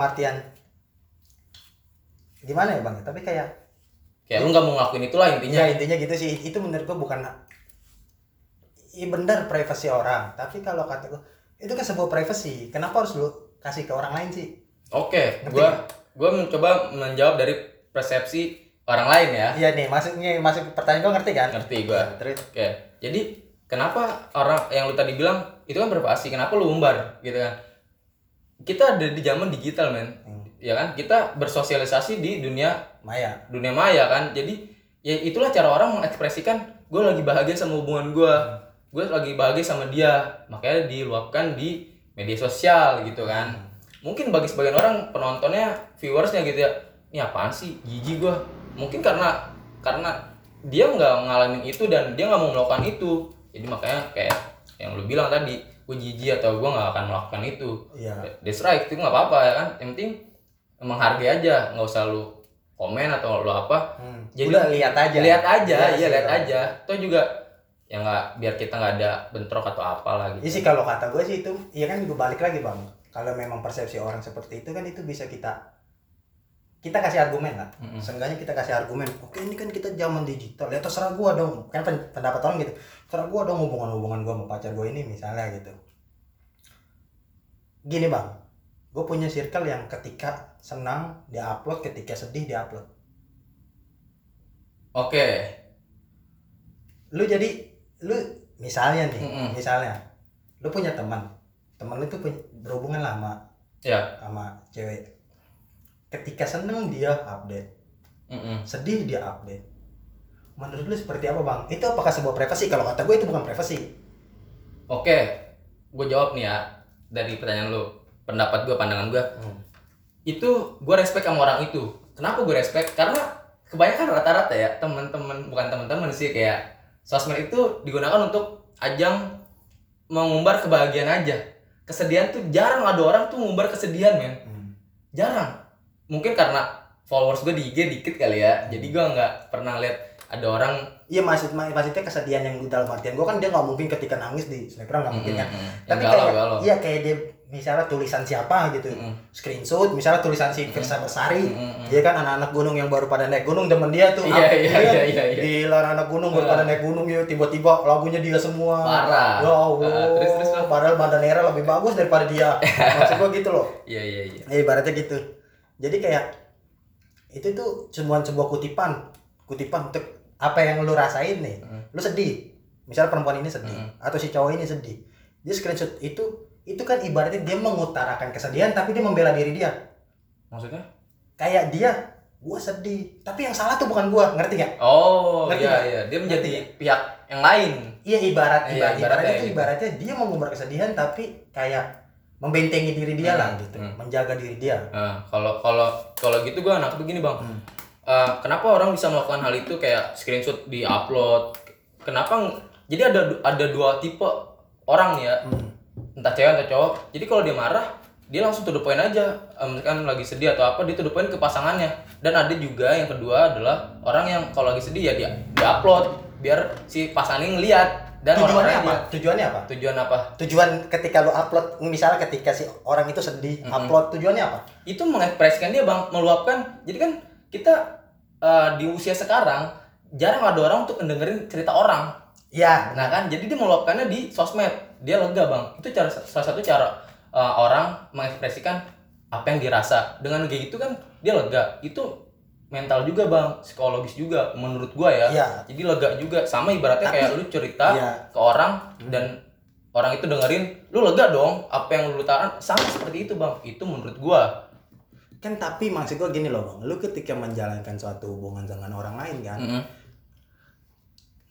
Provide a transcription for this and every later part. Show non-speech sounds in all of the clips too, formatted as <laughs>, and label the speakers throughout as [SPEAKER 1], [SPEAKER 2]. [SPEAKER 1] artian gimana ya bang tapi kayak
[SPEAKER 2] Kayak lu nggak mau ngakuin itulah
[SPEAKER 1] ya
[SPEAKER 2] intinya.
[SPEAKER 1] intinya gitu sih itu menurut gua bukan iya bener privasi orang tapi kalau kata gua itu kan sebuah privasi kenapa harus lu kasih ke orang lain sih
[SPEAKER 2] Oke,
[SPEAKER 1] Ngerti
[SPEAKER 2] gua gua mencoba menjawab dari persepsi orang lain ya.
[SPEAKER 1] iya nih maksudnya masuk pertanyaan gua ngerti kan
[SPEAKER 2] Ngerti gua.
[SPEAKER 1] terus
[SPEAKER 2] Oke. Jadi kenapa orang yang lu tadi bilang itu kan privasi, kenapa lu umbar gitu kan? Kita ada di zaman digital, men.
[SPEAKER 1] Hmm.
[SPEAKER 2] Ya kan? Kita bersosialisasi di dunia
[SPEAKER 1] Maya
[SPEAKER 2] dunia maya kan jadi ya itulah cara orang mengekspresikan gue lagi bahagia sama hubungan gue gue lagi bahagia sama dia makanya diluapkan di media sosial gitu kan mungkin bagi sebagian orang penontonnya viewersnya gitu ya ini apaan sih gigi gue mungkin karena karena dia nggak ngalamin itu dan dia nggak mau melakukan itu jadi makanya kayak yang lu bilang tadi gue jijik atau gue nggak akan melakukan itu
[SPEAKER 1] iya
[SPEAKER 2] That's right, itu nggak apa-apa ya kan. Yang penting menghargai aja, nggak usah lu komen atau lu apa.
[SPEAKER 1] Hmm.
[SPEAKER 2] Jadi-
[SPEAKER 1] udah lihat aja
[SPEAKER 2] Lihat aja,
[SPEAKER 1] Iya
[SPEAKER 2] iya
[SPEAKER 1] sih,
[SPEAKER 2] lihat
[SPEAKER 1] Bang.
[SPEAKER 2] aja. Toh juga ya nggak biar kita nggak ada bentrok atau
[SPEAKER 1] Iya
[SPEAKER 2] apalah gitu.
[SPEAKER 1] sih kalau kata gue sih itu, iya kan gue balik lagi bang. Kalau memang persepsi orang seperti itu kan itu bisa kita kita kasih argumen lah.
[SPEAKER 2] Mm-mm.
[SPEAKER 1] Seenggaknya kita kasih argumen. Oke ini kan kita zaman digital. Ya terserah gue dong. Kan pen- pendapat orang gitu. Terserah gue dong hubungan-hubungan gue sama pacar gue ini misalnya gitu. Gini bang, gue punya circle yang ketika senang dia upload, ketika sedih dia upload.
[SPEAKER 2] Oke,
[SPEAKER 1] Lu jadi lu misalnya nih,
[SPEAKER 2] Mm-mm.
[SPEAKER 1] misalnya lu punya teman, teman lu tuh punya, berhubungan lama.
[SPEAKER 2] ya.
[SPEAKER 1] sama cewek ketika seneng dia update
[SPEAKER 2] Mm-mm.
[SPEAKER 1] sedih dia update menurut lu seperti apa bang itu apakah sebuah privasi kalau kata gue itu bukan privasi
[SPEAKER 2] Oke, gue jawab nih ya dari pertanyaan lu. Pendapat gue, pandangan gue. itu gue respect sama orang itu kenapa gue respect karena kebanyakan rata-rata ya teman-teman bukan teman-teman sih kayak sosmed itu digunakan untuk ajang mengumbar kebahagiaan aja kesedihan tuh jarang ada orang tuh ngumbar kesedihan men
[SPEAKER 1] Hmm.
[SPEAKER 2] jarang mungkin karena followers gue di IG dikit kali ya jadi gue nggak pernah lihat ada orang
[SPEAKER 1] iya maksud mak- maksudnya kesedihan yang dalam artian gue kan dia nggak mungkin ketika nangis di snapgram nggak
[SPEAKER 2] Hmm.
[SPEAKER 1] mungkin kan tapi
[SPEAKER 2] galau
[SPEAKER 1] kayak
[SPEAKER 2] galau
[SPEAKER 1] iya kayak dia misalnya tulisan siapa gitu
[SPEAKER 2] Mm-mm.
[SPEAKER 1] screenshot misalnya tulisan si
[SPEAKER 2] Hmm.
[SPEAKER 1] Firsa Bersari
[SPEAKER 2] Mm-mm.
[SPEAKER 1] dia kan anak-anak gunung yang baru pada naik gunung demen dia tuh
[SPEAKER 2] Iya,
[SPEAKER 1] Up- dia
[SPEAKER 2] iya, iya, iya, iya.
[SPEAKER 1] di luar anak gunung baru pada naik gunung ya tiba-tiba lagunya dia semua
[SPEAKER 2] parah
[SPEAKER 1] Ya Allah,
[SPEAKER 2] Ah, terus terus Bang.
[SPEAKER 1] padahal Bandanera lebih bagus daripada dia.
[SPEAKER 2] <laughs>
[SPEAKER 1] Maksud gua gitu loh.
[SPEAKER 2] iya iya iya
[SPEAKER 1] Ya, ibaratnya gitu. Jadi kayak itu tuh sebuah sebuah kutipan, kutipan untuk apa yang lu rasain nih.
[SPEAKER 2] Hmm.
[SPEAKER 1] Lu sedih. Misal perempuan ini sedih
[SPEAKER 2] Hmm.
[SPEAKER 1] atau si cowok ini sedih. Dia screenshot itu itu kan ibaratnya dia mengutarakan kesedihan tapi dia membela diri dia.
[SPEAKER 2] maksudnya
[SPEAKER 1] Kayak dia gua sedih, tapi yang salah tuh bukan gua, ngerti gak?
[SPEAKER 2] oh
[SPEAKER 1] Ngerti
[SPEAKER 2] iya
[SPEAKER 1] nggak?
[SPEAKER 2] iya dia
[SPEAKER 1] Ngerti
[SPEAKER 2] menjadi pihak yang lain
[SPEAKER 1] Iya ibarat,
[SPEAKER 2] Iya,
[SPEAKER 1] ibarat,
[SPEAKER 2] ibaratnya
[SPEAKER 1] ibaratnya itu
[SPEAKER 2] gitu.
[SPEAKER 1] ibaratnya dia mengumbar kesedihan tapi kayak membentengi diri dia lah
[SPEAKER 2] Hmm,
[SPEAKER 1] gitu,
[SPEAKER 2] hmm.
[SPEAKER 1] menjaga diri dia.
[SPEAKER 2] Nah, kalau kalau kalau gitu gue anak begini bang.
[SPEAKER 1] Hmm.
[SPEAKER 2] Eh, kenapa orang bisa melakukan hal itu kayak screenshot di upload? Kenapa? ng- Jadi ada du- ada dua tipe orang ya, entah cewek entah cowok. Jadi kalau dia marah, dia langsung to the point aja. Eh, misalkan lagi sedih atau apa, dia to the point ke pasangannya. Dan ada juga yang kedua adalah orang yang kalau lagi sedih ya dia di upload biar si pasangan ini ngeliat dan
[SPEAKER 1] Tujuannya apa?
[SPEAKER 2] orang-orang
[SPEAKER 1] Tujuannya apa?
[SPEAKER 2] lihat. Tujuan apa?
[SPEAKER 1] Tujuan ketika lu upload, misalnya ketika si orang itu sedih, upload tujuannya apa?
[SPEAKER 2] itu mengekspresikan dia bang meluapkan jadi kan kita eh, di usia sekarang jarang ada orang untuk mendengerin cerita orang
[SPEAKER 1] Ya,
[SPEAKER 2] nah kan jadi dia meluapkannya di sosmed dia lega bang itu cara salah satu cara eh, orang mengekspresikan apa yang dirasa dengan kayak gitu kan dia lega itu mental juga bang psikologis juga menurut gua ya
[SPEAKER 1] Iya.
[SPEAKER 2] jadi lega juga sama ibaratnya kayak lu cerita
[SPEAKER 1] Iya.
[SPEAKER 2] ke orang dan orang itu dengerin lu lega dong apa yang lu tahan sama seperti itu bang itu menurut gua
[SPEAKER 1] kan tapi maksud gua gini loh bang, lu ketika menjalankan suatu hubungan dengan orang lain kan,
[SPEAKER 2] Mm-mm.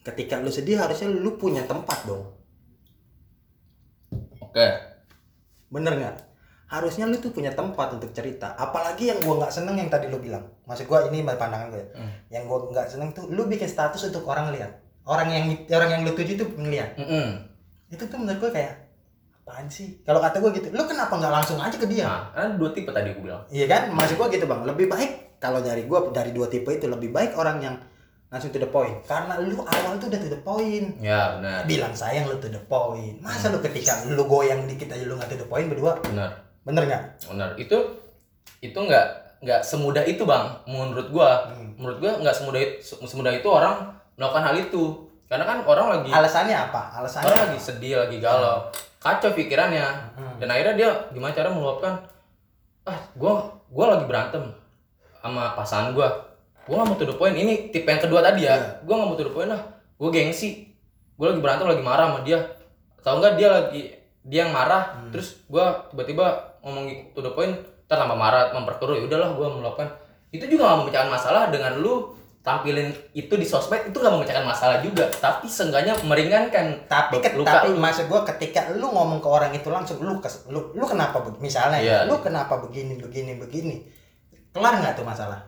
[SPEAKER 1] ketika lu sedih harusnya lu punya tempat dong,
[SPEAKER 2] Oke.
[SPEAKER 1] bener nggak? Harusnya lu tuh punya tempat untuk cerita, apalagi yang gua nggak seneng yang tadi lu bilang. Maksud gua ini pandangan gue. yang gue nggak seneng tuh lu bikin status untuk orang lihat orang yang orang yang lu tuju tuh ngeliat
[SPEAKER 2] Mm-mm.
[SPEAKER 1] itu tuh menurut gue kayak apaan sih kalau kata gue gitu lu kenapa nggak langsung aja ke dia
[SPEAKER 2] Nah, ada dua tipe tadi gue bilang.
[SPEAKER 1] iya kan maksud gue gitu bang lebih baik kalau dari gue dari dua tipe itu lebih baik orang yang langsung to the point karena lu awal tuh udah to the point
[SPEAKER 2] Ya benar,
[SPEAKER 1] bilang sayang lu to the point masa lu ketika lu goyang dikit aja lu nggak to the point berdua
[SPEAKER 2] benar,
[SPEAKER 1] bener nggak
[SPEAKER 2] benar. Itu itu nggak nggak semudah itu bang menurut gua
[SPEAKER 1] Hmm.
[SPEAKER 2] menurut gua nggak semudah itu, semudah itu orang melakukan hal itu karena kan orang lagi
[SPEAKER 1] Alasannya apa? Alasannya
[SPEAKER 2] orang
[SPEAKER 1] apa?
[SPEAKER 2] lagi Ya, sedih lagi galau kacau pikirannya
[SPEAKER 1] Hmm.
[SPEAKER 2] dan akhirnya dia gimana cara meluapkan ah gua gua lagi berantem sama pasangan gua gua nggak mau to the point ini tipe yang kedua tadi ya
[SPEAKER 1] Iya.
[SPEAKER 2] gua nggak mau to the point lah gua gengsi gua lagi berantem lagi marah sama dia tau nggak dia lagi dia yang marah
[SPEAKER 1] Hmm.
[SPEAKER 2] terus gua tiba-tiba ngomong gitu to the point ntar tambah marah memperkeruh ya udahlah gua meluapkan itu juga nggak memecahkan masalah dengan lu tampilin itu di sosmed itu nggak memecahkan masalah juga tapi seenggaknya meringankan
[SPEAKER 1] tapi
[SPEAKER 2] Luka
[SPEAKER 1] ke- tapi
[SPEAKER 2] lu.
[SPEAKER 1] maksud gua ketika lu ngomong ke orang itu langsung lu kes- lu, lu kenapa be- misalnya
[SPEAKER 2] Iya.
[SPEAKER 1] lu kenapa begini begini begini kelar nggak tuh masalah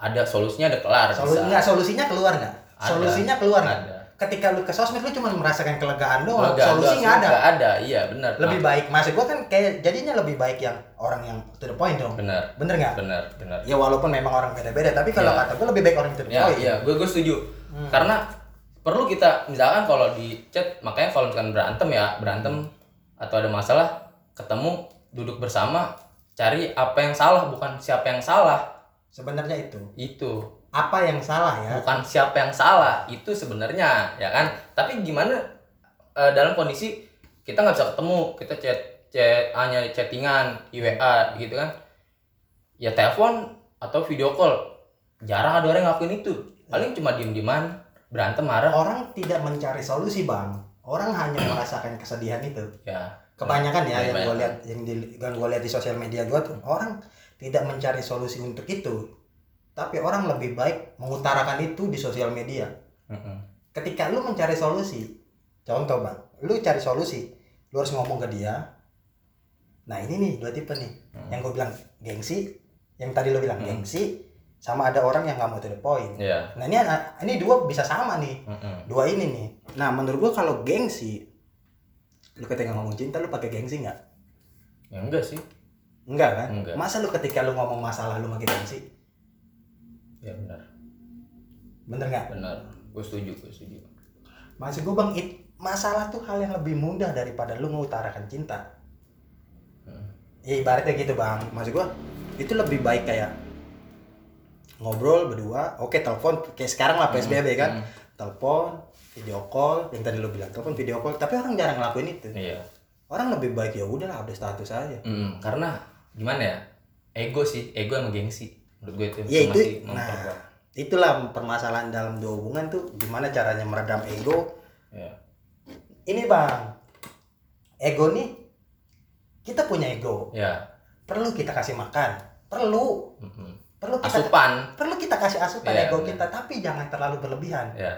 [SPEAKER 2] ada solusinya ada kelar
[SPEAKER 1] Solu-
[SPEAKER 2] bisa.
[SPEAKER 1] nggak, solusinya keluar nggak
[SPEAKER 2] Ada.
[SPEAKER 1] solusinya keluar nggak
[SPEAKER 2] ada
[SPEAKER 1] ketika lu ke sosmed lu cuma merasakan kelegaan doang
[SPEAKER 2] Keluarga,
[SPEAKER 1] Oh, solusi
[SPEAKER 2] keluarga,
[SPEAKER 1] nggak ada
[SPEAKER 2] nggak ada iya benar
[SPEAKER 1] lebih baik maksud gua kan kayak jadinya lebih baik yang orang yang to the point dong
[SPEAKER 2] benar
[SPEAKER 1] bener nggak
[SPEAKER 2] benar benar
[SPEAKER 1] ya walaupun memang orang beda-beda tapi kalau
[SPEAKER 2] Iya.
[SPEAKER 1] kata gua lebih baik orang yang to the
[SPEAKER 2] ya
[SPEAKER 1] point
[SPEAKER 2] iya gue gue setuju
[SPEAKER 1] Hmm.
[SPEAKER 2] karena perlu kita misalkan kalau di chat makanya kalau misalkan berantem ya berantem atau ada masalah ketemu duduk bersama cari apa yang salah bukan siapa yang salah
[SPEAKER 1] sebenarnya itu
[SPEAKER 2] itu
[SPEAKER 1] apa yang salah ya
[SPEAKER 2] bukan siapa yang salah itu sebenarnya ya kan tapi gimana eh, dalam kondisi kita nggak bisa ketemu kita chat chat hanya chattingan di WA gitu kan ya telepon atau video call jarang ada orang yang ngelakuin itu paling cuma diem dieman berantem marah
[SPEAKER 1] orang tidak mencari solusi bang orang hanya merasakan kesedihan itu
[SPEAKER 2] ya
[SPEAKER 1] kebanyakan ya yang gue
[SPEAKER 2] Iya. Kebanyakan.
[SPEAKER 1] lihat yang di yang gue lihat di sosial media gue tuh orang tidak mencari solusi untuk itu tapi orang lebih baik mengutarakan itu di sosial media
[SPEAKER 2] Mm-mm.
[SPEAKER 1] ketika lu mencari solusi contoh bang lu cari solusi lu harus ngomong ke dia nah ini nih dua tipe nih
[SPEAKER 2] Hmm.
[SPEAKER 1] yang gue bilang gengsi yang tadi lu bilang
[SPEAKER 2] Hmm.
[SPEAKER 1] gengsi sama ada orang yang nggak mau to the point
[SPEAKER 2] ya
[SPEAKER 1] nah ini ini dua bisa sama nih
[SPEAKER 2] Mm-mm.
[SPEAKER 1] dua ini nih nah menurut gua kalau gengsi lu ketika ngomong cinta lu pakai gengsi nggak
[SPEAKER 2] ya enggak sih
[SPEAKER 1] enggak kan
[SPEAKER 2] Enggak.
[SPEAKER 1] masa lu ketika lu ngomong masalah lu pakai gengsi
[SPEAKER 2] ya benar
[SPEAKER 1] bener nggak
[SPEAKER 2] benar gue setuju gue setuju
[SPEAKER 1] maksud gua bang it- masalah tuh hal yang lebih mudah daripada lu mengutarakan cinta
[SPEAKER 2] Hmm.
[SPEAKER 1] ya ibaratnya gitu bang maksud gua itu lebih baik kayak ngobrol berdua oke telepon kayak sekarang lah psbb kan
[SPEAKER 2] Mm,
[SPEAKER 1] telepon video call yang tadi lu bilang telepon video call tapi orang jarang ngelakuin itu
[SPEAKER 2] iya
[SPEAKER 1] orang lebih baik ya udah update status aja
[SPEAKER 2] Mm, karena gimana ya ego sih ego sama gengsi menurut gue itu
[SPEAKER 1] Ya itu,
[SPEAKER 2] masih
[SPEAKER 1] nah
[SPEAKER 2] memperkuat.
[SPEAKER 1] itulah permasalahan dalam dua hubungan tuh gimana caranya meredam ego.
[SPEAKER 2] Iya.
[SPEAKER 1] Ini bang, ego nih kita punya ego,
[SPEAKER 2] ya
[SPEAKER 1] perlu kita kasih makan, perlu
[SPEAKER 2] mm-mm.
[SPEAKER 1] perlu kita
[SPEAKER 2] asupan
[SPEAKER 1] perlu kita kasih asupan
[SPEAKER 2] Iya,
[SPEAKER 1] ego
[SPEAKER 2] bener.
[SPEAKER 1] kita tapi jangan terlalu berlebihan.
[SPEAKER 2] ya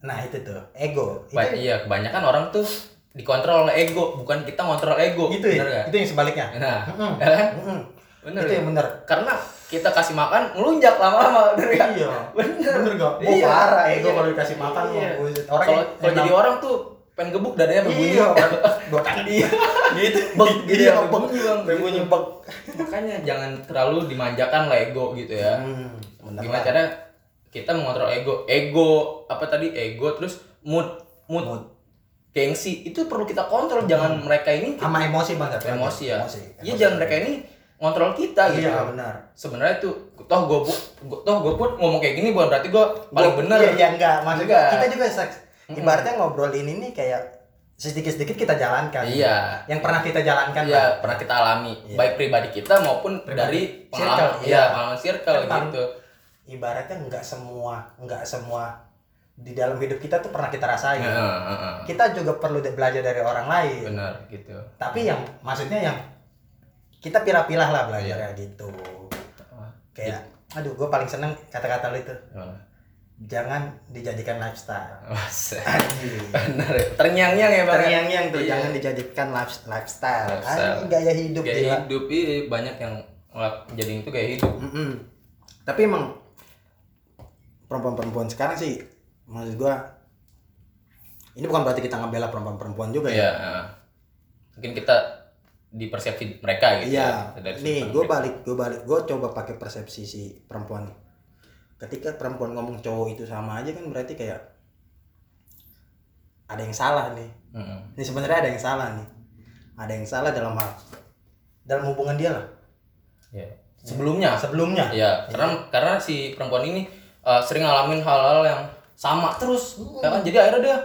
[SPEAKER 1] Nah itu tuh ego. Itu,
[SPEAKER 2] Ba- iya kebanyakan orang tuh dikontrol oleh ego bukan kita ngontrol ego
[SPEAKER 1] itu ya,
[SPEAKER 2] bener nggak?
[SPEAKER 1] itu yang sebaliknya.
[SPEAKER 2] nah
[SPEAKER 1] Mm-mm,
[SPEAKER 2] ya kan
[SPEAKER 1] mm-mm.
[SPEAKER 2] bener
[SPEAKER 1] Itu
[SPEAKER 2] ya?
[SPEAKER 1] yang bener.
[SPEAKER 2] karena kita kasih makan melunjak lama-lama bener nggak?
[SPEAKER 1] Iya.
[SPEAKER 2] bener
[SPEAKER 1] Bener gak? Oh
[SPEAKER 2] Iya.
[SPEAKER 1] parah ego
[SPEAKER 2] Iya.
[SPEAKER 1] kalau dikasih makan
[SPEAKER 2] Iya.
[SPEAKER 1] mau orang
[SPEAKER 2] kalau
[SPEAKER 1] yang-
[SPEAKER 2] kalau
[SPEAKER 1] yang
[SPEAKER 2] jadi orang tuh pengen gebuk dadanya berbunyi
[SPEAKER 1] Iya. <laughs> Dua kali.
[SPEAKER 2] Iya.
[SPEAKER 1] Gitu.
[SPEAKER 2] Bek, gitu
[SPEAKER 1] Iya,
[SPEAKER 2] ya,
[SPEAKER 1] bek.
[SPEAKER 2] berbunyi bang
[SPEAKER 1] Berbunyi
[SPEAKER 2] Gitu.
[SPEAKER 1] bek.
[SPEAKER 2] makanya jangan terlalu dimanjakan lah ego gitu ya
[SPEAKER 1] Hmm, bener
[SPEAKER 2] gimana
[SPEAKER 1] lah.
[SPEAKER 2] cara kita mengontrol ego ego apa tadi ego terus mood mood,
[SPEAKER 1] Mood. Hmm.
[SPEAKER 2] gengsi itu perlu kita kontrol jangan mereka ini
[SPEAKER 1] sama emosi bang tapi
[SPEAKER 2] emosi ya
[SPEAKER 1] emosi
[SPEAKER 2] iya jangan mereka ini ngontrol kita gitu
[SPEAKER 1] iya benar
[SPEAKER 2] sebenarnya itu toh gue toh gue pun ngomong kayak gini bukan berarti gue paling
[SPEAKER 1] Gua-
[SPEAKER 2] bener Hmm.
[SPEAKER 1] iya, iya enggak maksud gua,
[SPEAKER 2] Enggak.
[SPEAKER 1] kita juga seks ibaratnya ngobrol ini nih kayak sedikit sedikit kita jalankan
[SPEAKER 2] Iya.
[SPEAKER 1] yang pernah kita jalankan
[SPEAKER 2] Iya,
[SPEAKER 1] Bang.
[SPEAKER 2] pernah kita alami
[SPEAKER 1] Kan, Iya.
[SPEAKER 2] baik pribadi kita maupun
[SPEAKER 1] Pribadi.
[SPEAKER 2] dari
[SPEAKER 1] Circle,
[SPEAKER 2] pengalaman
[SPEAKER 1] iya.
[SPEAKER 2] iya pengalaman circle
[SPEAKER 1] Kan, Bang.
[SPEAKER 2] gitu
[SPEAKER 1] ibaratnya enggak semua enggak semua di dalam hidup kita tuh pernah kita rasain
[SPEAKER 2] Heeh, heeh.
[SPEAKER 1] kita juga perlu de- belajar dari orang lain
[SPEAKER 2] bener gitu
[SPEAKER 1] tapi yang maksudnya yang kita pilah-pilah lah belajar ya
[SPEAKER 2] Iya.
[SPEAKER 1] gitu kayak aduh gue paling seneng kata-kata lu itu
[SPEAKER 2] Gimana?
[SPEAKER 1] jangan dijadikan
[SPEAKER 2] <laughs>
[SPEAKER 1] lifestyle
[SPEAKER 2] Masa.
[SPEAKER 1] Anjing.
[SPEAKER 2] bener ya terngiang-ngiang ya bang ya?
[SPEAKER 1] Terngiang-ngiang tuh,
[SPEAKER 2] Iya.
[SPEAKER 1] jangan dijadikan life- lifestyle.
[SPEAKER 2] Lifestyle.
[SPEAKER 1] Anjing, gaya hidup ya.
[SPEAKER 2] gaya
[SPEAKER 1] gila.
[SPEAKER 2] hidup iya, banyak yang ngelak- jadi itu gaya hidup
[SPEAKER 1] Mm-mm. Tapi emang perempuan-perempuan sekarang sih maksud gua ini bukan berarti kita ngebela perempuan-perempuan juga ya.
[SPEAKER 2] Iya. heeh. Mungkin kita di persepsi mereka gitu.
[SPEAKER 1] Iya.
[SPEAKER 2] ya, dari
[SPEAKER 1] Nih,
[SPEAKER 2] sudut
[SPEAKER 1] gue
[SPEAKER 2] pandang
[SPEAKER 1] balik, gue balik, gue coba pakai persepsi si perempuan. Ketika perempuan ngomong cowok itu sama aja kan berarti kayak ada yang salah nih.
[SPEAKER 2] mereka. Mm-mm.
[SPEAKER 1] Ini sebenarnya ada yang salah nih. Ada yang salah dalam hal dalam hubungan dia lah.
[SPEAKER 2] Ya. Sebelumnya.
[SPEAKER 1] sebelumnya
[SPEAKER 2] Ya, karena karena si perempuan ini uh, sering ngalamin hal-hal yang sama terus,
[SPEAKER 1] Hmm.
[SPEAKER 2] ya kan? Jadi akhirnya dia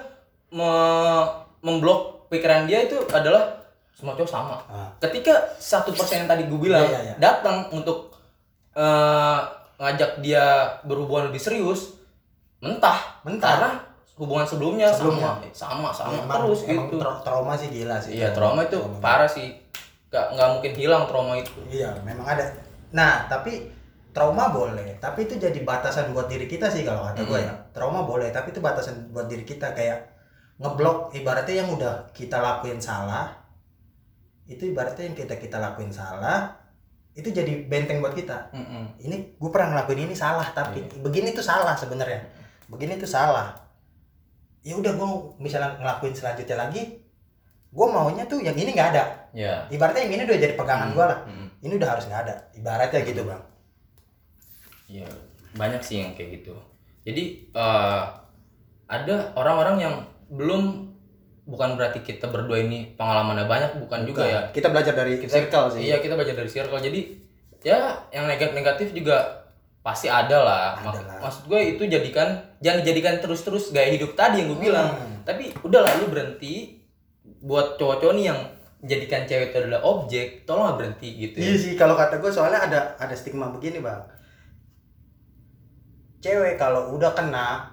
[SPEAKER 2] me- memblok pikiran dia itu adalah semua cowok sama.
[SPEAKER 1] Ah.
[SPEAKER 2] Ketika satu persen yang tadi gue bilang
[SPEAKER 1] Iya, iya, iya.
[SPEAKER 2] datang untuk uh, ngajak dia berhubungan lebih serius, mentah,
[SPEAKER 1] Mentah.
[SPEAKER 2] Karena hubungan sebelumnya,
[SPEAKER 1] Sebelumnya. Iya,
[SPEAKER 2] sama, sama, sama
[SPEAKER 1] Emang-
[SPEAKER 2] terus
[SPEAKER 1] emang
[SPEAKER 2] gitu.
[SPEAKER 1] tra- trauma sih gila sih
[SPEAKER 2] Iya, trauma itu parah sih. Gak, nggak mungkin hilang trauma itu.
[SPEAKER 1] Iya, memang ada. Nah, tapi trauma boleh, tapi itu jadi batasan buat diri kita sih kalau kata gue ya. Trauma boleh, tapi itu batasan buat diri kita kayak ngeblok ibaratnya yang udah kita lakuin salah itu ibaratnya yang kita kita lakuin salah itu jadi benteng buat kita.
[SPEAKER 2] Mm-mm.
[SPEAKER 1] Ini gue pernah ngelakuin ini salah, tapi begini tuh salah sebenarnya. Begini tuh salah. Ya udah gue misalnya ngelakuin selanjutnya lagi, gue maunya tuh yang ini nggak ada.
[SPEAKER 2] Ya.
[SPEAKER 1] Ibaratnya yang ini udah jadi pegangan
[SPEAKER 2] Mm.
[SPEAKER 1] gue lah
[SPEAKER 2] Mm-mm.
[SPEAKER 1] ini udah harus nggak ada ibaratnya gitu bang
[SPEAKER 2] Iya, banyak sih yang kayak gitu. Jadi eh, ada orang-orang yang belum bukan berarti kita berdua ini pengalamannya banyak, bukan juga ya.
[SPEAKER 1] Nah, kita belajar dari circle sih
[SPEAKER 2] Iya, kita belajar dari circle. Jadi ya yang negatif-negatif juga pasti ada lah. Mak-
[SPEAKER 1] Ada lah.
[SPEAKER 2] Maksud gue itu jadikan jangan dijadikan terus-terus gaya hidup tadi yang gue bilang.
[SPEAKER 1] Hmm.
[SPEAKER 2] Tapi udahlah lu berhenti buat cowok-cowok nih yang menjadikan cewek itu adalah objek, tolonglah berhenti gitu.
[SPEAKER 1] iya sih kalau kata gue soalnya ada ada stigma begini bang cewek kalau udah kena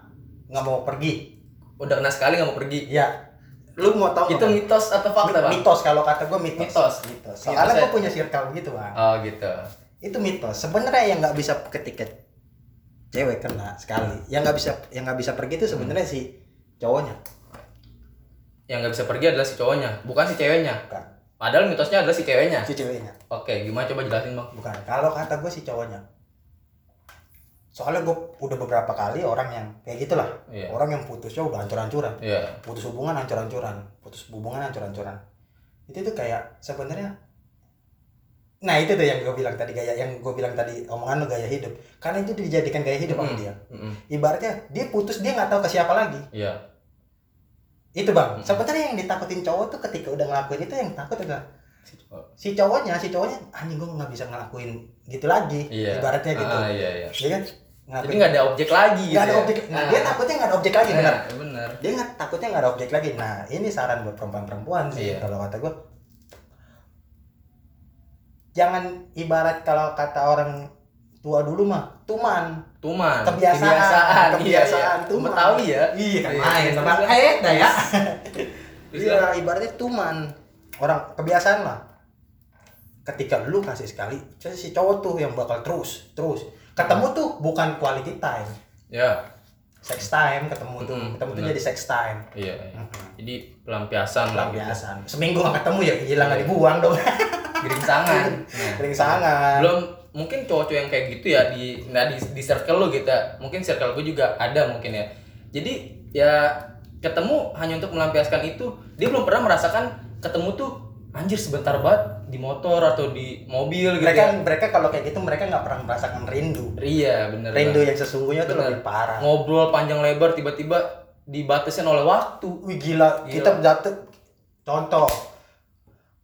[SPEAKER 1] nggak mau pergi
[SPEAKER 2] Udah kena sekali nggak mau pergi.
[SPEAKER 1] ya lu mau tau
[SPEAKER 2] Itu mitos atau fakta, Pak?
[SPEAKER 1] mitos kalau kata gue oh. mitos
[SPEAKER 2] Mitos.
[SPEAKER 1] mitos
[SPEAKER 2] Mitos,
[SPEAKER 1] soalnya gue
[SPEAKER 2] ya.
[SPEAKER 1] punya circle gitu bang
[SPEAKER 2] Oh, gitu.
[SPEAKER 1] itu mitos sebenarnya yang nggak bisa ketika cewek kena sekali yang nggak bisa yang nggak bisa pergi itu sebenarnya
[SPEAKER 2] Hmm.
[SPEAKER 1] si cowoknya
[SPEAKER 2] Yang nggak bisa pergi adalah si cowoknya, bukan si ceweknya.
[SPEAKER 1] bukan
[SPEAKER 2] Padahal mitosnya adalah si ceweknya.
[SPEAKER 1] si ceweknya
[SPEAKER 2] Oke, gimana coba jelasin, Bang?
[SPEAKER 1] Bukan, kalau kata gue sih cowoknya. Soalnya gue udah beberapa kali orang yang kayak gitulah.
[SPEAKER 2] Iya.
[SPEAKER 1] Orang yang putusnya udah hancur-hancuran.
[SPEAKER 2] Iya.
[SPEAKER 1] Putus hubungan hancur-hancuran. Putus hubungan hancur-hancuran. Itu tuh kayak sebenarnya Nah itu tuh yang gue bilang tadi gaya yang gue bilang tadi omongan lu gaya hidup karena itu dijadikan gaya hidup sama
[SPEAKER 2] Mm.
[SPEAKER 1] dia
[SPEAKER 2] Mm-mm.
[SPEAKER 1] ibaratnya dia putus dia nggak tahu ke siapa lagi
[SPEAKER 2] Iya.
[SPEAKER 1] itu bang
[SPEAKER 2] Mm.
[SPEAKER 1] sebenarnya yang ditakutin cowok tuh ketika udah ngelakuin itu yang takut adalah
[SPEAKER 2] Si cowok.
[SPEAKER 1] si cowoknya si cowoknya anjing gue nggak bisa ngelakuin gitu lagi
[SPEAKER 2] Iya.
[SPEAKER 1] ibaratnya gitu
[SPEAKER 2] Ah, iya, iya.
[SPEAKER 1] Iya kan?
[SPEAKER 2] Jadi
[SPEAKER 1] Ngelakuin.
[SPEAKER 2] nggak ada objek lagi
[SPEAKER 1] Nggak ada
[SPEAKER 2] ya?
[SPEAKER 1] objek. Nah, dia takutnya nggak ada objek lagi,
[SPEAKER 2] Iya,
[SPEAKER 1] benar.
[SPEAKER 2] benar.
[SPEAKER 1] Dia nggak takutnya nggak ada objek lagi. Nah, ini saran buat perempuan-perempuan sih
[SPEAKER 2] Iya.
[SPEAKER 1] kalau kata gue. Jangan ibarat kalau kata orang tua dulu mah tuman
[SPEAKER 2] Tuman.
[SPEAKER 1] Kebiasaan,
[SPEAKER 2] Kebiasaan.
[SPEAKER 1] kebiasaan,
[SPEAKER 2] iya,
[SPEAKER 1] tuman.
[SPEAKER 2] iya. Betawi ya.
[SPEAKER 1] iya kan
[SPEAKER 2] Iya,
[SPEAKER 1] main
[SPEAKER 2] iya,
[SPEAKER 1] sama
[SPEAKER 2] iya.
[SPEAKER 1] eh dah ya
[SPEAKER 2] Terus
[SPEAKER 1] iya ibaratnya tuman orang kebiasaan lah ketika lu kasih sekali si cowok tuh yang bakal terus terus
[SPEAKER 2] Hmm.
[SPEAKER 1] ketemu tuh bukan quality time
[SPEAKER 2] Ya.
[SPEAKER 1] sex time ketemu tuh
[SPEAKER 2] Mm-mm,
[SPEAKER 1] ketemu tuh
[SPEAKER 2] Hmm, bener.
[SPEAKER 1] jadi sex time Hmm.
[SPEAKER 2] Iya. iya.
[SPEAKER 1] Mm-mm.
[SPEAKER 2] Jadi pelampiasan lah. gitu.
[SPEAKER 1] pelampiasan seminggu gak ketemu ya hilang gak dibuang dong
[SPEAKER 2] Geringsangan. Nah.
[SPEAKER 1] <laughs> kering sangat
[SPEAKER 2] belum mungkin cowok-cowok yang kayak gitu ya di nah di, di circle lo gitu ya. mungkin circle gue juga ada mungkin ya jadi ya ketemu hanya untuk melampiaskan itu dia belum pernah merasakan ketemu tuh anjir sebentar banget di motor atau di mobil gitu
[SPEAKER 1] mereka
[SPEAKER 2] ya.
[SPEAKER 1] mereka kalau kayak gitu mereka nggak pernah merasakan rindu
[SPEAKER 2] iya bener
[SPEAKER 1] rindu ya.
[SPEAKER 2] Bang.
[SPEAKER 1] yang sesungguhnya tuh lebih
[SPEAKER 2] Bener.
[SPEAKER 1] parah
[SPEAKER 2] ngobrol panjang lebar tiba-tiba dibatasin oleh waktu
[SPEAKER 1] wih gila,
[SPEAKER 2] Gila.
[SPEAKER 1] kita jatuh contoh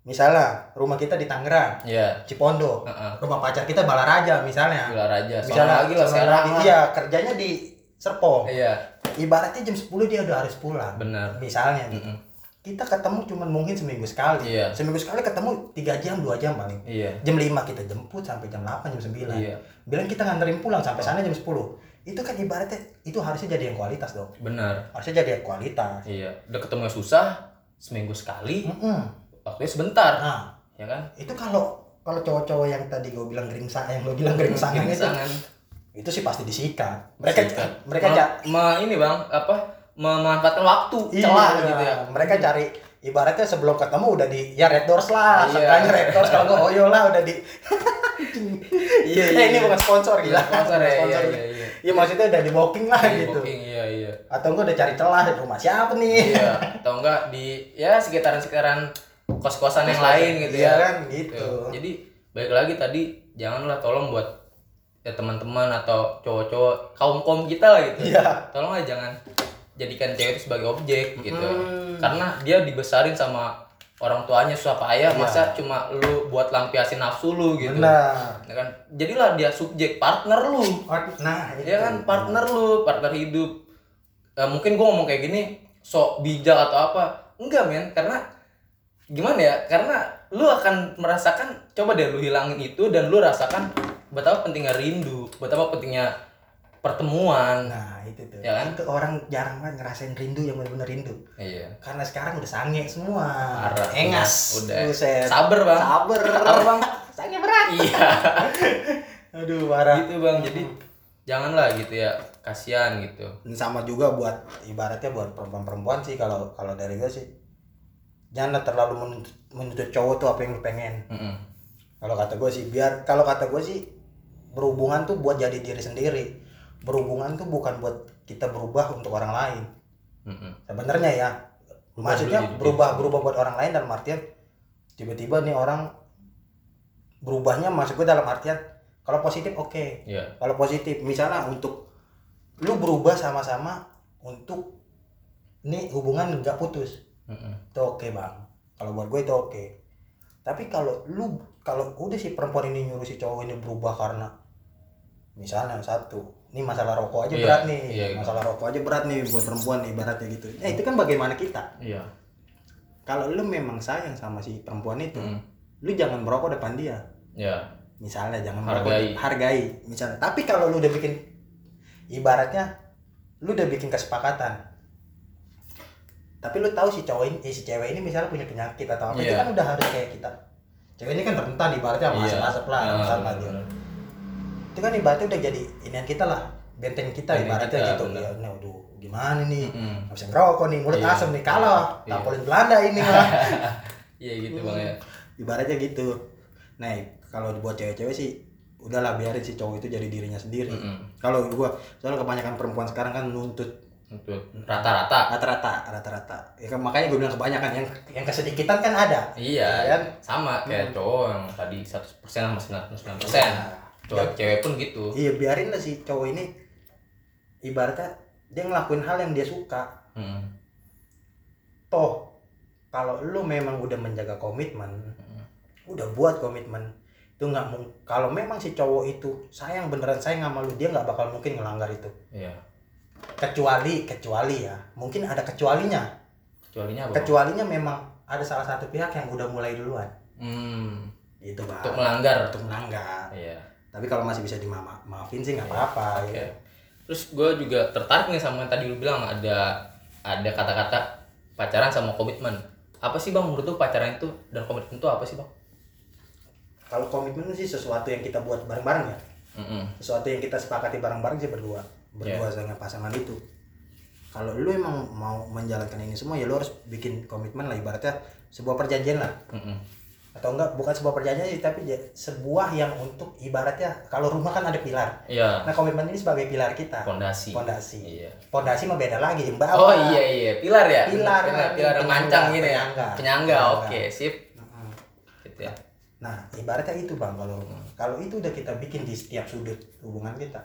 [SPEAKER 1] misalnya rumah kita di Tangerang
[SPEAKER 2] ya
[SPEAKER 1] Cipondo
[SPEAKER 2] Heeh.
[SPEAKER 1] rumah pacar kita Balaraja misalnya
[SPEAKER 2] gila raja
[SPEAKER 1] misalnya
[SPEAKER 2] soalnya lagi lah
[SPEAKER 1] sono
[SPEAKER 2] sekarang
[SPEAKER 1] lagi.
[SPEAKER 2] lah.
[SPEAKER 1] iya kerjanya di Serpong
[SPEAKER 2] iya
[SPEAKER 1] ibaratnya jam 10 dia udah harus pulang
[SPEAKER 2] bener
[SPEAKER 1] misalnya gitu.
[SPEAKER 2] Mm-mm.
[SPEAKER 1] kita ketemu cuman mungkin seminggu sekali
[SPEAKER 2] Iya.
[SPEAKER 1] seminggu sekali ketemu tiga jam dua jam paling
[SPEAKER 2] iya
[SPEAKER 1] jam 5 kita jemput sampai jam 8 jam 9
[SPEAKER 2] Iya.
[SPEAKER 1] bilang kita nganterin pulang sampai sana jam 10 itu kan ibaratnya itu harusnya jadi yang kualitas dong
[SPEAKER 2] bener
[SPEAKER 1] harusnya jadi yang kualitas
[SPEAKER 2] iya udah ketemunya susah seminggu sekali
[SPEAKER 1] Mm-mm.
[SPEAKER 2] waktunya sebentar
[SPEAKER 1] nah
[SPEAKER 2] ya kan
[SPEAKER 1] itu kalau kalau cowok-cowok yang tadi gue bilang geringsa yang lo bilang geringsangan itu
[SPEAKER 2] Sangan.
[SPEAKER 1] itu sih pasti disikat mereka eh,
[SPEAKER 2] Sikat.
[SPEAKER 1] mereka
[SPEAKER 2] Me-
[SPEAKER 1] ca-
[SPEAKER 2] me- ini bang apa memanfaatkan waktu
[SPEAKER 1] iya,
[SPEAKER 2] celah gitu ya
[SPEAKER 1] mereka cari ibaratnya sebelum ketemu udah di ya red doors lah
[SPEAKER 2] Iya.
[SPEAKER 1] Seenggaknya red doors kalau nggak oyo lah
[SPEAKER 2] <laughs>
[SPEAKER 1] udah di
[SPEAKER 2] Iya,
[SPEAKER 1] Eh,
[SPEAKER 2] iya,
[SPEAKER 1] ini
[SPEAKER 2] iya.
[SPEAKER 1] bukan sponsor
[SPEAKER 2] Iya,
[SPEAKER 1] gila
[SPEAKER 2] sponsor ya,
[SPEAKER 1] Sponsor.
[SPEAKER 2] iya, iya, iya.
[SPEAKER 1] Iya, maksudnya udah di booking lah
[SPEAKER 2] Di
[SPEAKER 1] <laughs> gitu
[SPEAKER 2] booking, iya iya
[SPEAKER 1] atau enggak udah cari celah rumah siapa nih
[SPEAKER 2] iya atau enggak di ya sekitaran sekitaran kos kosan yang lain gitu
[SPEAKER 1] Iya
[SPEAKER 2] ya
[SPEAKER 1] kan, gitu.
[SPEAKER 2] jadi balik lagi tadi janganlah tolong buat ya teman-teman atau cowok-cowok kaum kaum kita lah gitu
[SPEAKER 1] Iya.
[SPEAKER 2] tolonglah jangan jadikan cewek itu sebagai objek gitu
[SPEAKER 1] Hmm.
[SPEAKER 2] karena dia dibesarin sama orang tuanya susah payah masa cuma lu buat lampiasin nafsu lu gitu
[SPEAKER 1] Iya. benar
[SPEAKER 2] Ya kan jadilah dia subjek partner lu
[SPEAKER 1] Art- nah itu
[SPEAKER 2] ya kan partner lu partner hidup Eh, mungkin gua ngomong kayak gini sok bijak atau apa enggak men karena gimana ya karena lu akan merasakan coba deh lu hilangin itu dan lu rasakan betapa pentingnya rindu betapa pentingnya pertemuan
[SPEAKER 1] nah itu tuh
[SPEAKER 2] Ya kan?
[SPEAKER 1] itu orang jarang banget ngerasain rindu yang benar-benar rindu
[SPEAKER 2] iya
[SPEAKER 1] karena sekarang udah sange semua
[SPEAKER 2] Parah.
[SPEAKER 1] engas
[SPEAKER 2] Udah.
[SPEAKER 1] Buset.
[SPEAKER 2] sabar bang
[SPEAKER 1] sabar
[SPEAKER 2] Sabar, Bang.
[SPEAKER 1] sange berat
[SPEAKER 2] <laughs> iya
[SPEAKER 1] aduh parah
[SPEAKER 2] gitu bang jadi janganlah gitu ya kasihan gitu
[SPEAKER 1] Dan Hmm, sama juga buat ibaratnya buat perempuan-perempuan sih kalau kalau dari gue sih jangan terlalu menuntut, menuntut cowok tuh apa yang lu pengen
[SPEAKER 2] Mm-mm.
[SPEAKER 1] kalau kata gue sih biar kalau kata gue sih berhubungan tuh buat jadi diri sendiri berhubungan tuh bukan buat kita berubah untuk orang lain
[SPEAKER 2] Mm-mm.
[SPEAKER 1] sebenarnya ya
[SPEAKER 2] Berubah
[SPEAKER 1] maksudnya
[SPEAKER 2] dulu jadi
[SPEAKER 1] berubah
[SPEAKER 2] diri.
[SPEAKER 1] berubah buat orang lain dalam artian tiba-tiba nih orang berubahnya maksud gue dalam artian kalau positif oke
[SPEAKER 2] Iya.
[SPEAKER 1] kalau positif misalnya untuk lu berubah sama-sama untuk nih hubungan nggak putus
[SPEAKER 2] Mm-mm.
[SPEAKER 1] itu oke bang kalau buat gue itu oke tapi kalau lu kalau udah si perempuan ini nyuruh si cowok ini berubah karena misalnya satu ini masalah rokok aja
[SPEAKER 2] Iya,
[SPEAKER 1] berat nih
[SPEAKER 2] iya, iya.
[SPEAKER 1] masalah rokok aja berat nih buat perempuan nih ibaratnya gitu eh itu kan bagaimana kita
[SPEAKER 2] iya
[SPEAKER 1] kalau lu memang sayang sama si perempuan itu
[SPEAKER 2] Mm.
[SPEAKER 1] lu jangan merokok depan dia
[SPEAKER 2] iya
[SPEAKER 1] misalnya jangan hargai
[SPEAKER 2] Hargai.
[SPEAKER 1] hargai misalnya tapi kalau lu udah bikin ibaratnya lu udah bikin kesepakatan tapi lu tahu si cowok ini eh, si cewek ini misalnya punya penyakit atau apa itu
[SPEAKER 2] Iya.
[SPEAKER 1] kan udah harus kayak kita cewek ini kan rentan ibaratnya sama
[SPEAKER 2] Iya.
[SPEAKER 1] asap-asap lah
[SPEAKER 2] Iya,
[SPEAKER 1] sama dia
[SPEAKER 2] benar.
[SPEAKER 1] itu kan ibaratnya udah jadi inian kita lah benteng kita
[SPEAKER 2] Benteng
[SPEAKER 1] ibaratnya
[SPEAKER 2] kita,
[SPEAKER 1] gitu
[SPEAKER 2] benar.
[SPEAKER 1] ya nah, aduh gimana nih
[SPEAKER 2] Mm-mm.
[SPEAKER 1] nggak bisa ngerokok nih mulut
[SPEAKER 2] Iya.
[SPEAKER 1] asem nih kalah
[SPEAKER 2] Iya.
[SPEAKER 1] tampolin Belanda ini mah
[SPEAKER 2] iya gitu bang ya
[SPEAKER 1] ibaratnya gitu nah kalau buat cewek-cewek sih udahlah biarin si cowok itu jadi dirinya sendiri
[SPEAKER 2] Mm-mm.
[SPEAKER 1] kalau gua soalnya kebanyakan perempuan sekarang kan nuntut
[SPEAKER 2] Betul. Rata-rata.
[SPEAKER 1] rata-rata rata-rata ya kan, makanya gua bilang kebanyakan yang yang kesedikitan kan ada
[SPEAKER 2] Iya,
[SPEAKER 1] Iya kan?
[SPEAKER 2] sama kayak cowok yang tadi 100% sama 99%.
[SPEAKER 1] Nah,
[SPEAKER 2] Cowok cewek pun gitu.
[SPEAKER 1] iya biarin lah si cowok ini ibaratnya dia ngelakuin hal yang dia suka
[SPEAKER 2] Mm.
[SPEAKER 1] toh kalau lu memang udah menjaga komitmen udah buat komitmen itu nggak mung- kalau memang si cowok itu sayang beneran sayang sama lu dia nggak bakal mungkin ngelanggar itu
[SPEAKER 2] Iya.
[SPEAKER 1] kecuali kecuali ya mungkin ada kecualinya
[SPEAKER 2] Kecualinya apa? Bang?
[SPEAKER 1] kecualinya memang ada salah satu pihak yang udah mulai duluan
[SPEAKER 2] Hmm.
[SPEAKER 1] gitu bang
[SPEAKER 2] Untuk melanggar.
[SPEAKER 1] untuk melanggar
[SPEAKER 2] Iya.
[SPEAKER 1] tapi kalau masih bisa dimama maafin sih nggak apa-apa
[SPEAKER 2] Oke.
[SPEAKER 1] ya
[SPEAKER 2] Terus gue juga tertarik nih sama yang tadi lu bilang ada ada kata-kata pacaran sama komitmen. Apa sih bang menurut lu pacaran itu dan komitmen itu apa sih bang?
[SPEAKER 1] kalau komitmen sih sesuatu yang kita buat bareng-bareng ya
[SPEAKER 2] Mm-mm.
[SPEAKER 1] sesuatu yang kita sepakati bareng-bareng sih berdua berdua
[SPEAKER 2] Iya.
[SPEAKER 1] dengan pasangan itu kalau lu emang mau menjalankan ini semua ya lu harus bikin komitmen lah ibaratnya sebuah perjanjian lah
[SPEAKER 2] Mm-mm.
[SPEAKER 1] atau enggak bukan sebuah perjanjian sih, tapi ya sebuah yang untuk ibaratnya kalau rumah kan ada pilar
[SPEAKER 2] Iya.
[SPEAKER 1] nah komitmen ini sebagai pilar kita
[SPEAKER 2] Fondasi.
[SPEAKER 1] pondasi
[SPEAKER 2] Iya.
[SPEAKER 1] pondasi mah beda lagi mbak
[SPEAKER 2] Oh iya iya pilar ya.
[SPEAKER 1] Pilar,
[SPEAKER 2] pilar,
[SPEAKER 1] kan?
[SPEAKER 2] pilar yang mancang
[SPEAKER 1] Penyangga,
[SPEAKER 2] gini ya.
[SPEAKER 1] penyangga.
[SPEAKER 2] Penyangga.
[SPEAKER 1] Penyangga.
[SPEAKER 2] Oke sip. Gitu ya.
[SPEAKER 1] nah ibaratnya itu bang kalau kalau itu udah kita bikin di setiap sudut hubungan kita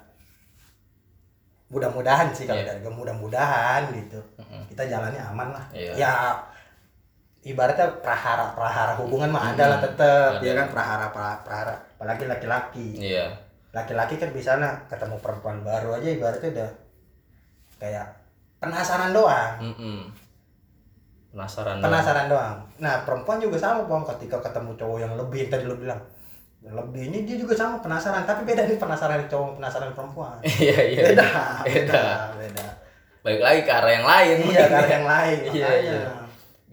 [SPEAKER 1] mudah-mudahan sih kalau
[SPEAKER 2] Iya.
[SPEAKER 1] dari gue mudah-mudahan gitu
[SPEAKER 2] Mm-mm.
[SPEAKER 1] kita jalannya aman lah
[SPEAKER 2] Iya.
[SPEAKER 1] ya ibaratnya prahara prahara hubungan mah ada lah tetep
[SPEAKER 2] Hmm, Ada.
[SPEAKER 1] ya kan prahara pra- prahara apalagi laki-laki
[SPEAKER 2] Iya.
[SPEAKER 1] laki-laki kan bisa nah ketemu perempuan baru aja ibaratnya udah kayak penasaran doang
[SPEAKER 2] Mm-mm. Penasaran. dong.
[SPEAKER 1] penasaran doang nah perempuan juga sama bang ketika ketemu cowok yang lebih yang tadi lo bilang yang lebih ini dia juga sama penasaran tapi beda nih penasaran cowok penasaran perempuan
[SPEAKER 2] <laughs> Iya <laughs> iya.
[SPEAKER 1] beda
[SPEAKER 2] Beda.
[SPEAKER 1] beda beda
[SPEAKER 2] Baik lagi ke arah yang lain.
[SPEAKER 1] iya karena yang lain
[SPEAKER 2] Iya,
[SPEAKER 1] makanya
[SPEAKER 2] iya. <laughs>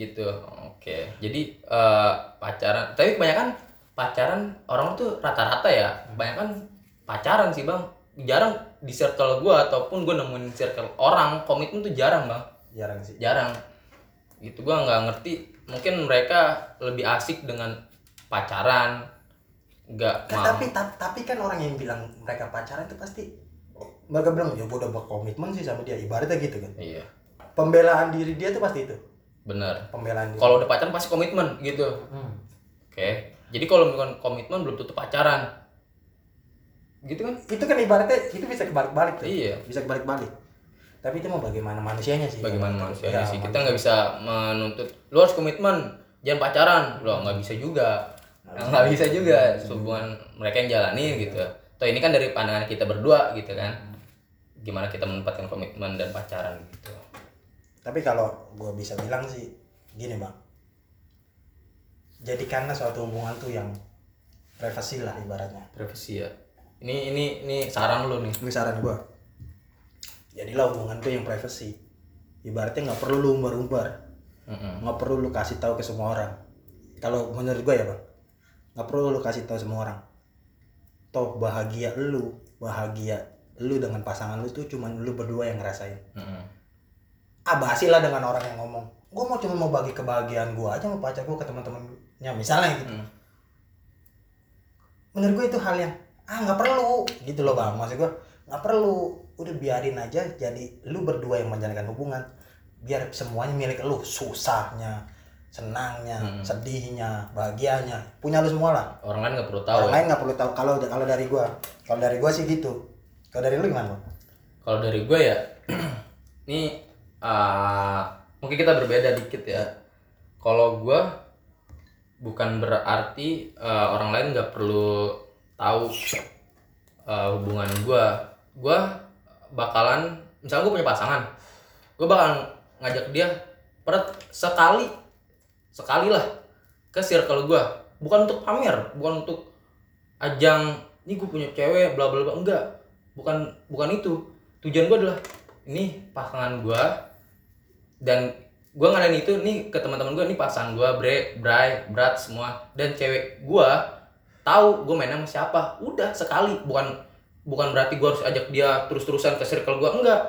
[SPEAKER 2] Gitu. Oke. Jadi eh, pacaran. Tapi kebanyakan pacaran orang tuh rata-rata ya. Kebanyakan pacaran sih bang. Jarang di circle gue ataupun gue nemuin circle orang komitmen tuh jarang bang.
[SPEAKER 1] jarang sih
[SPEAKER 2] jarang gitu gua nggak ngerti mungkin mereka lebih asik dengan pacaran
[SPEAKER 1] Nah,
[SPEAKER 2] nggak mau
[SPEAKER 1] tapi ta- tapi kan orang yang bilang mereka pacaran itu pasti mereka bilang ya gua udah berkomitmen sih sama dia ibaratnya gitu kan
[SPEAKER 2] iya
[SPEAKER 1] pembelaan diri dia tuh pasti itu
[SPEAKER 2] bener
[SPEAKER 1] pembelaan diri
[SPEAKER 2] kalau udah pacaran pasti komitmen gitu
[SPEAKER 1] Hmm.
[SPEAKER 2] oke jadi kalau bukan komitmen belum tutup pacaran gitu kan
[SPEAKER 1] itu kan ibaratnya itu bisa kebalik-balik tuh
[SPEAKER 2] iya
[SPEAKER 1] bisa kebalik-balik tapi itu mau bagaimana manusianya sih
[SPEAKER 2] bagaimana
[SPEAKER 1] Kalau- ya,
[SPEAKER 2] manusianya sih kita
[SPEAKER 1] manusia.
[SPEAKER 2] nggak bisa menuntut lu harus komitmen jangan pacaran loh nggak bisa juga nggak bisa Iya. juga hubungan mereka yang jalani gitu toh ini kan dari pandangan kita berdua gitu kan gimana kita menempatkan komitmen dan pacaran gitu
[SPEAKER 1] Tapi kalau gue bisa bilang sih gini bang, jadi karena suatu hubungan tuh yang privasi lah ibaratnya.
[SPEAKER 2] privacy ya ini ini ini saran lu nih
[SPEAKER 1] Ini saran gue. Jadilah hubungan tuh yang privasi. Ibaratnya nggak perlu lu umbar-umbar,
[SPEAKER 2] Mm-mm.
[SPEAKER 1] nggak perlu lu kasih tahu ke semua orang. Kalau menurut gue ya bang, nggak perlu lu kasih tahu semua orang. Toh bahagia lu, bahagia lu dengan pasangan lu tuh cuman lu berdua yang ngerasain.
[SPEAKER 2] Mm-mm.
[SPEAKER 1] abasi lah dengan orang yang ngomong gue mau cuma mau bagi kebahagiaan gue aja sama pacar gue ke teman-temannya misalnya gitu
[SPEAKER 2] Mm.
[SPEAKER 1] menurut gue itu hal yang ah nggak perlu gitu loh bang maksud gue nggak perlu udah biarin aja jadi lu berdua yang menjalankan hubungan biar semuanya milik lu susahnya senangnya
[SPEAKER 2] Mm.
[SPEAKER 1] sedihnya bahagianya punya lu semua lah
[SPEAKER 2] orang lain nggak perlu tahu
[SPEAKER 1] orang
[SPEAKER 2] ya.
[SPEAKER 1] lain nggak perlu tahu kalau kalau dari gue kalau dari gue sih gitu kalau dari lu gimana Bang?
[SPEAKER 2] kalau dari gue ya <clears throat> ini ah, mungkin kita berbeda dikit ya kalau gue bukan berarti eh, orang lain nggak perlu tahu eh, hubungan gue gue bakalan misalnya gue punya pasangan gue bakalan ngajak dia per sekali sekali lah ke circle gue bukan untuk pamer bukan untuk ajang ini gue punya cewek bla bla bla enggak bukan bukan itu tujuan gue adalah ini pasangan gue dan gue ngadain itu nih ke teman-teman gue ini pasangan gue bre bray brat semua dan cewek gue tahu gue main sama siapa udah sekali bukan bukan berarti gue harus ajak dia terus-terusan ke circle gue enggak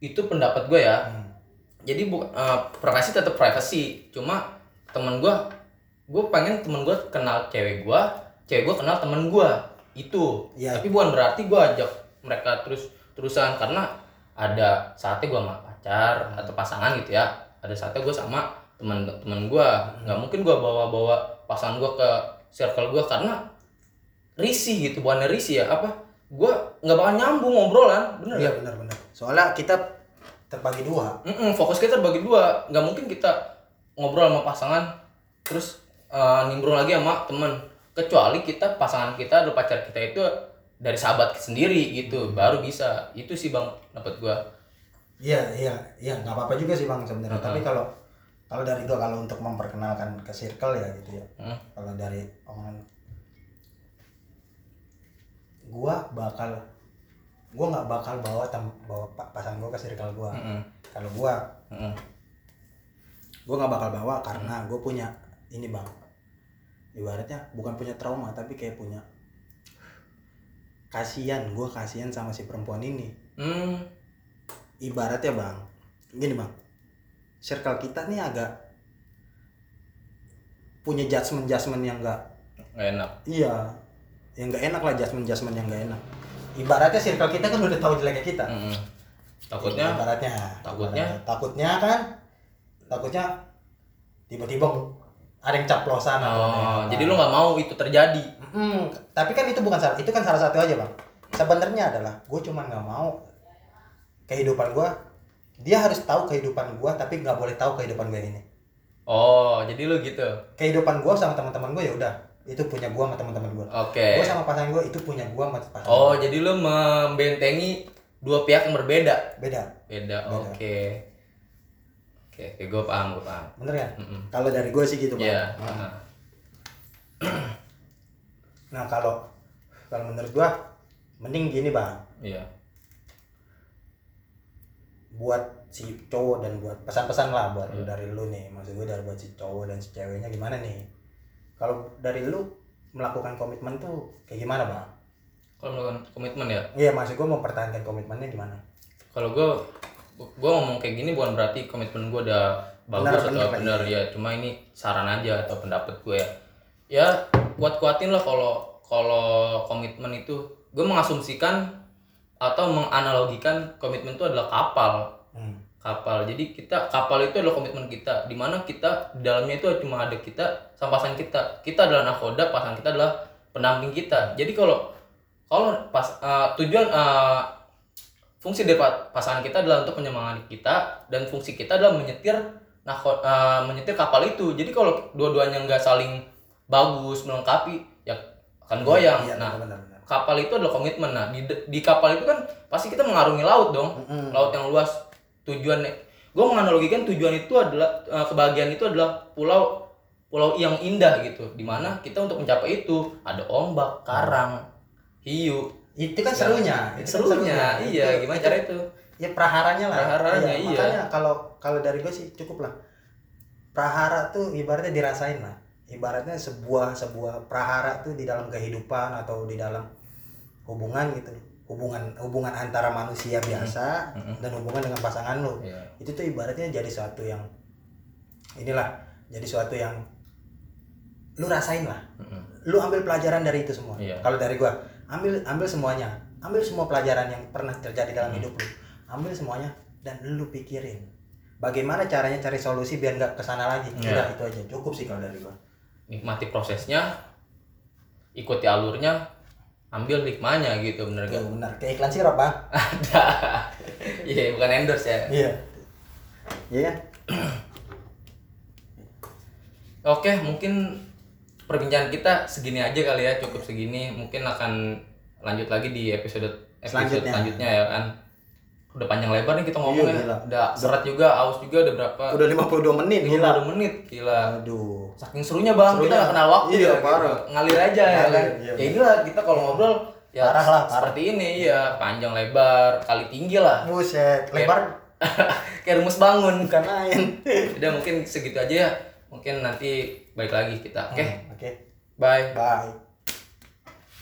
[SPEAKER 2] itu pendapat gue ya
[SPEAKER 1] Hmm.
[SPEAKER 2] jadi bu eh, privasi tetap privasi cuma temen gua gue pengen temen gua kenal cewek gua cewek gua kenal temen gua itu
[SPEAKER 1] Iya.
[SPEAKER 2] tapi bukan berarti gua ajak mereka terus terusan karena ada saatnya gua sama pacar atau pasangan gitu ya ada saatnya gua sama temen temen gua nggak mungkin gua bawa bawa pasangan gua ke circle gua karena risih gitu bukan risih ya apa gua nggak bakal nyambung ngobrolan bener ya
[SPEAKER 1] iya benar-benar soalnya kita terbagi dua
[SPEAKER 2] Mm-mm, fokus kita terbagi dua nggak mungkin kita ngobrol sama pasangan terus eh, nimbrung lagi sama temen kecuali kita pasangan kita atau pacar kita itu dari sahabat sendiri gitu baru bisa itu sih bang dapat gua
[SPEAKER 1] Iya, iya, iya, nggak apa-apa juga sih bang sebenarnya.
[SPEAKER 2] Heeh.
[SPEAKER 1] Tapi kalau kalau dari gua kalau untuk memperkenalkan ke circle ya gitu ya.
[SPEAKER 2] Heeh.
[SPEAKER 1] Kalau dari omongan gua bakal gua nggak bakal bawa tem bawa pa- pasangan gua ke circle gua.
[SPEAKER 2] Mm-mm,
[SPEAKER 1] Kalau gua
[SPEAKER 2] mm-mm,
[SPEAKER 1] gua nggak bakal bawa karena
[SPEAKER 2] Hmm.
[SPEAKER 1] gua punya ini bang. Ibaratnya bukan punya trauma tapi kayak punya kasihan gua kasihan sama si perempuan ini
[SPEAKER 2] mm,
[SPEAKER 1] ibaratnya bang gini bang circle kita nih agak punya judgement judgement yang enggak
[SPEAKER 2] nggak enak
[SPEAKER 1] iya yang enggak enak lah judgement judgement yang enggak enak ibaratnya circle kita kan udah tahu jeleknya kita
[SPEAKER 2] Mm-mm. takutnya
[SPEAKER 1] ibaratnya
[SPEAKER 2] takutnya.
[SPEAKER 1] takutnya kan takutnya tiba-tiba ada yang caplosan atau ada yang
[SPEAKER 2] oh,
[SPEAKER 1] apa.
[SPEAKER 2] jadi lu nggak mau itu terjadi
[SPEAKER 1] Mm, tapi kan itu bukan salah, itu kan salah satu aja bang. Sebenarnya adalah gue cuman nggak mau kehidupan gue, dia harus tahu kehidupan gue, tapi nggak boleh tahu kehidupan gue ini.
[SPEAKER 2] oh jadi lu gitu
[SPEAKER 1] Kehidupan gue sama teman-teman gue ya udah, itu punya gue sama teman-teman gue.
[SPEAKER 2] oke
[SPEAKER 1] Gue sama pasangan gue itu punya gue sama pasangan.
[SPEAKER 2] oh
[SPEAKER 1] gua.
[SPEAKER 2] jadi lu membentengi dua pihak yang berbeda
[SPEAKER 1] beda,
[SPEAKER 2] beda
[SPEAKER 1] Beda.
[SPEAKER 2] oke oke oke gue paham gue paham
[SPEAKER 1] bener ya?
[SPEAKER 2] Mm-mm.
[SPEAKER 1] Kalau dari gue sih gitu bang.
[SPEAKER 2] Iya.
[SPEAKER 1] Mm.
[SPEAKER 2] heeh.
[SPEAKER 1] Nah kalau kalau menurut gue, mending gini bang,
[SPEAKER 2] iya
[SPEAKER 1] buat si cowok dan buat pesan-pesan lah buat lu
[SPEAKER 2] Iya.
[SPEAKER 1] dari lu nih maksud gue dari buat si cowok dan si ceweknya gimana nih kalau dari lu melakukan komitmen tuh kayak gimana bang?
[SPEAKER 2] kalau melakukan komitmen ya
[SPEAKER 1] Iya maksud gue mempertahankan komitmennya gimana?
[SPEAKER 2] kalau gue gue ngomong kayak gini bukan berarti komitmen gue udah bagus
[SPEAKER 1] Benar,
[SPEAKER 2] atau
[SPEAKER 1] benar.
[SPEAKER 2] benar ya cuma ini saran aja atau pendapat gue ya ya kuat kuatin lah kalau kalau komitmen itu gue mengasumsikan atau menganalogikan komitmen itu adalah kapal
[SPEAKER 1] Hmm.
[SPEAKER 2] kapal jadi kita kapal itu adalah komitmen kita dimana kita di dalamnya itu cuma ada kita sama pasangan kita kita adalah nakoda pasangan kita adalah pendamping kita jadi kalau kalau pas eh, tujuan eh, fungsi dari pa- pasangan kita adalah untuk menyemangati kita dan fungsi kita adalah menyetir nah ko- eh, menyetir kapal itu jadi kalau dua-duanya nggak saling bagus melengkapi ya akan goyang
[SPEAKER 1] Iya,
[SPEAKER 2] nah
[SPEAKER 1] benar benar.
[SPEAKER 2] kapal itu adalah komitmen nah di, di kapal itu kan pasti kita mengarungi laut dong
[SPEAKER 1] Mm-mm.
[SPEAKER 2] laut yang luas tujuan gue menganalogikan tujuan itu adalah eh, kebahagiaan itu adalah pulau pulau yang indah gitu dimana kita untuk mencapai itu ada ombak karang hiu
[SPEAKER 1] Itu kan serunya. itu kan
[SPEAKER 2] serunya iya gimana cara itu
[SPEAKER 1] Ya praharanya lah.
[SPEAKER 2] Praharanya, iya.
[SPEAKER 1] Makanya kalau kalau dari gue sih cukup lah. Prahara tuh ibaratnya dirasain lah. Ibaratnya sebuah sebuah prahara tuh di dalam kehidupan atau di dalam hubungan gitu. Hubungan hubungan antara manusia
[SPEAKER 2] Hmm.
[SPEAKER 1] biasa
[SPEAKER 2] Mm-mm.
[SPEAKER 1] dan hubungan dengan pasangan lo.
[SPEAKER 2] Iya.
[SPEAKER 1] itu tuh ibaratnya jadi suatu yang inilah jadi suatu yang lu rasain lah
[SPEAKER 2] Mm-mm.
[SPEAKER 1] lu ambil pelajaran dari itu semua
[SPEAKER 2] Iya.
[SPEAKER 1] kalau dari gua ambil ambil semuanya ambil semua pelajaran yang pernah terjadi dalam
[SPEAKER 2] Hmm.
[SPEAKER 1] hidup lu ambil semuanya dan lu pikirin bagaimana caranya cari solusi biar nggak kesana lagi
[SPEAKER 2] Iya.
[SPEAKER 1] udah itu aja cukup sih kalau dari gua
[SPEAKER 2] nikmati prosesnya ikuti alurnya ambil hikmahnya gitu bener gak
[SPEAKER 1] Tuh, benar kayak iklan sirop bang
[SPEAKER 2] ada <laughs> iya bukan endorse ya
[SPEAKER 1] iya iya kan?
[SPEAKER 2] Oke, mungkin perbincangan kita segini aja kali ya, cukup segini. Mungkin akan lanjut lagi di episode episode
[SPEAKER 1] Selanjutnya.
[SPEAKER 2] selanjutnya, ya kan. Udah panjang lebar nih kita ngomong
[SPEAKER 1] Iya,
[SPEAKER 2] ya.
[SPEAKER 1] gila.
[SPEAKER 2] Udah seret juga, aus juga udah berapa?
[SPEAKER 1] udah 52 menit gila
[SPEAKER 2] 52 menit. Gila.
[SPEAKER 1] aduh
[SPEAKER 2] Saking serunya Bang, kita
[SPEAKER 1] Serunya.
[SPEAKER 2] gak kenal waktu
[SPEAKER 1] Iya,
[SPEAKER 2] ya.
[SPEAKER 1] parah.
[SPEAKER 2] Gitu. Ngalir aja ya
[SPEAKER 1] Ngalir,
[SPEAKER 2] kan.
[SPEAKER 1] iya,
[SPEAKER 2] ya
[SPEAKER 1] bener.
[SPEAKER 2] inilah kita kalau ngobrol ya
[SPEAKER 1] Parah lah, parah.
[SPEAKER 2] seperti ini ya, panjang lebar, kali tinggi lah. <laughs>
[SPEAKER 1] buset lebar
[SPEAKER 2] Iya. Kayak
[SPEAKER 1] <laughs>
[SPEAKER 2] rumus bangun.
[SPEAKER 1] bukan main
[SPEAKER 2] Udah
[SPEAKER 1] Hmm.
[SPEAKER 2] mungkin segitu aja ya. Mungkin nanti balik lagi kita. Oke.
[SPEAKER 1] oke
[SPEAKER 2] Bye.
[SPEAKER 1] bye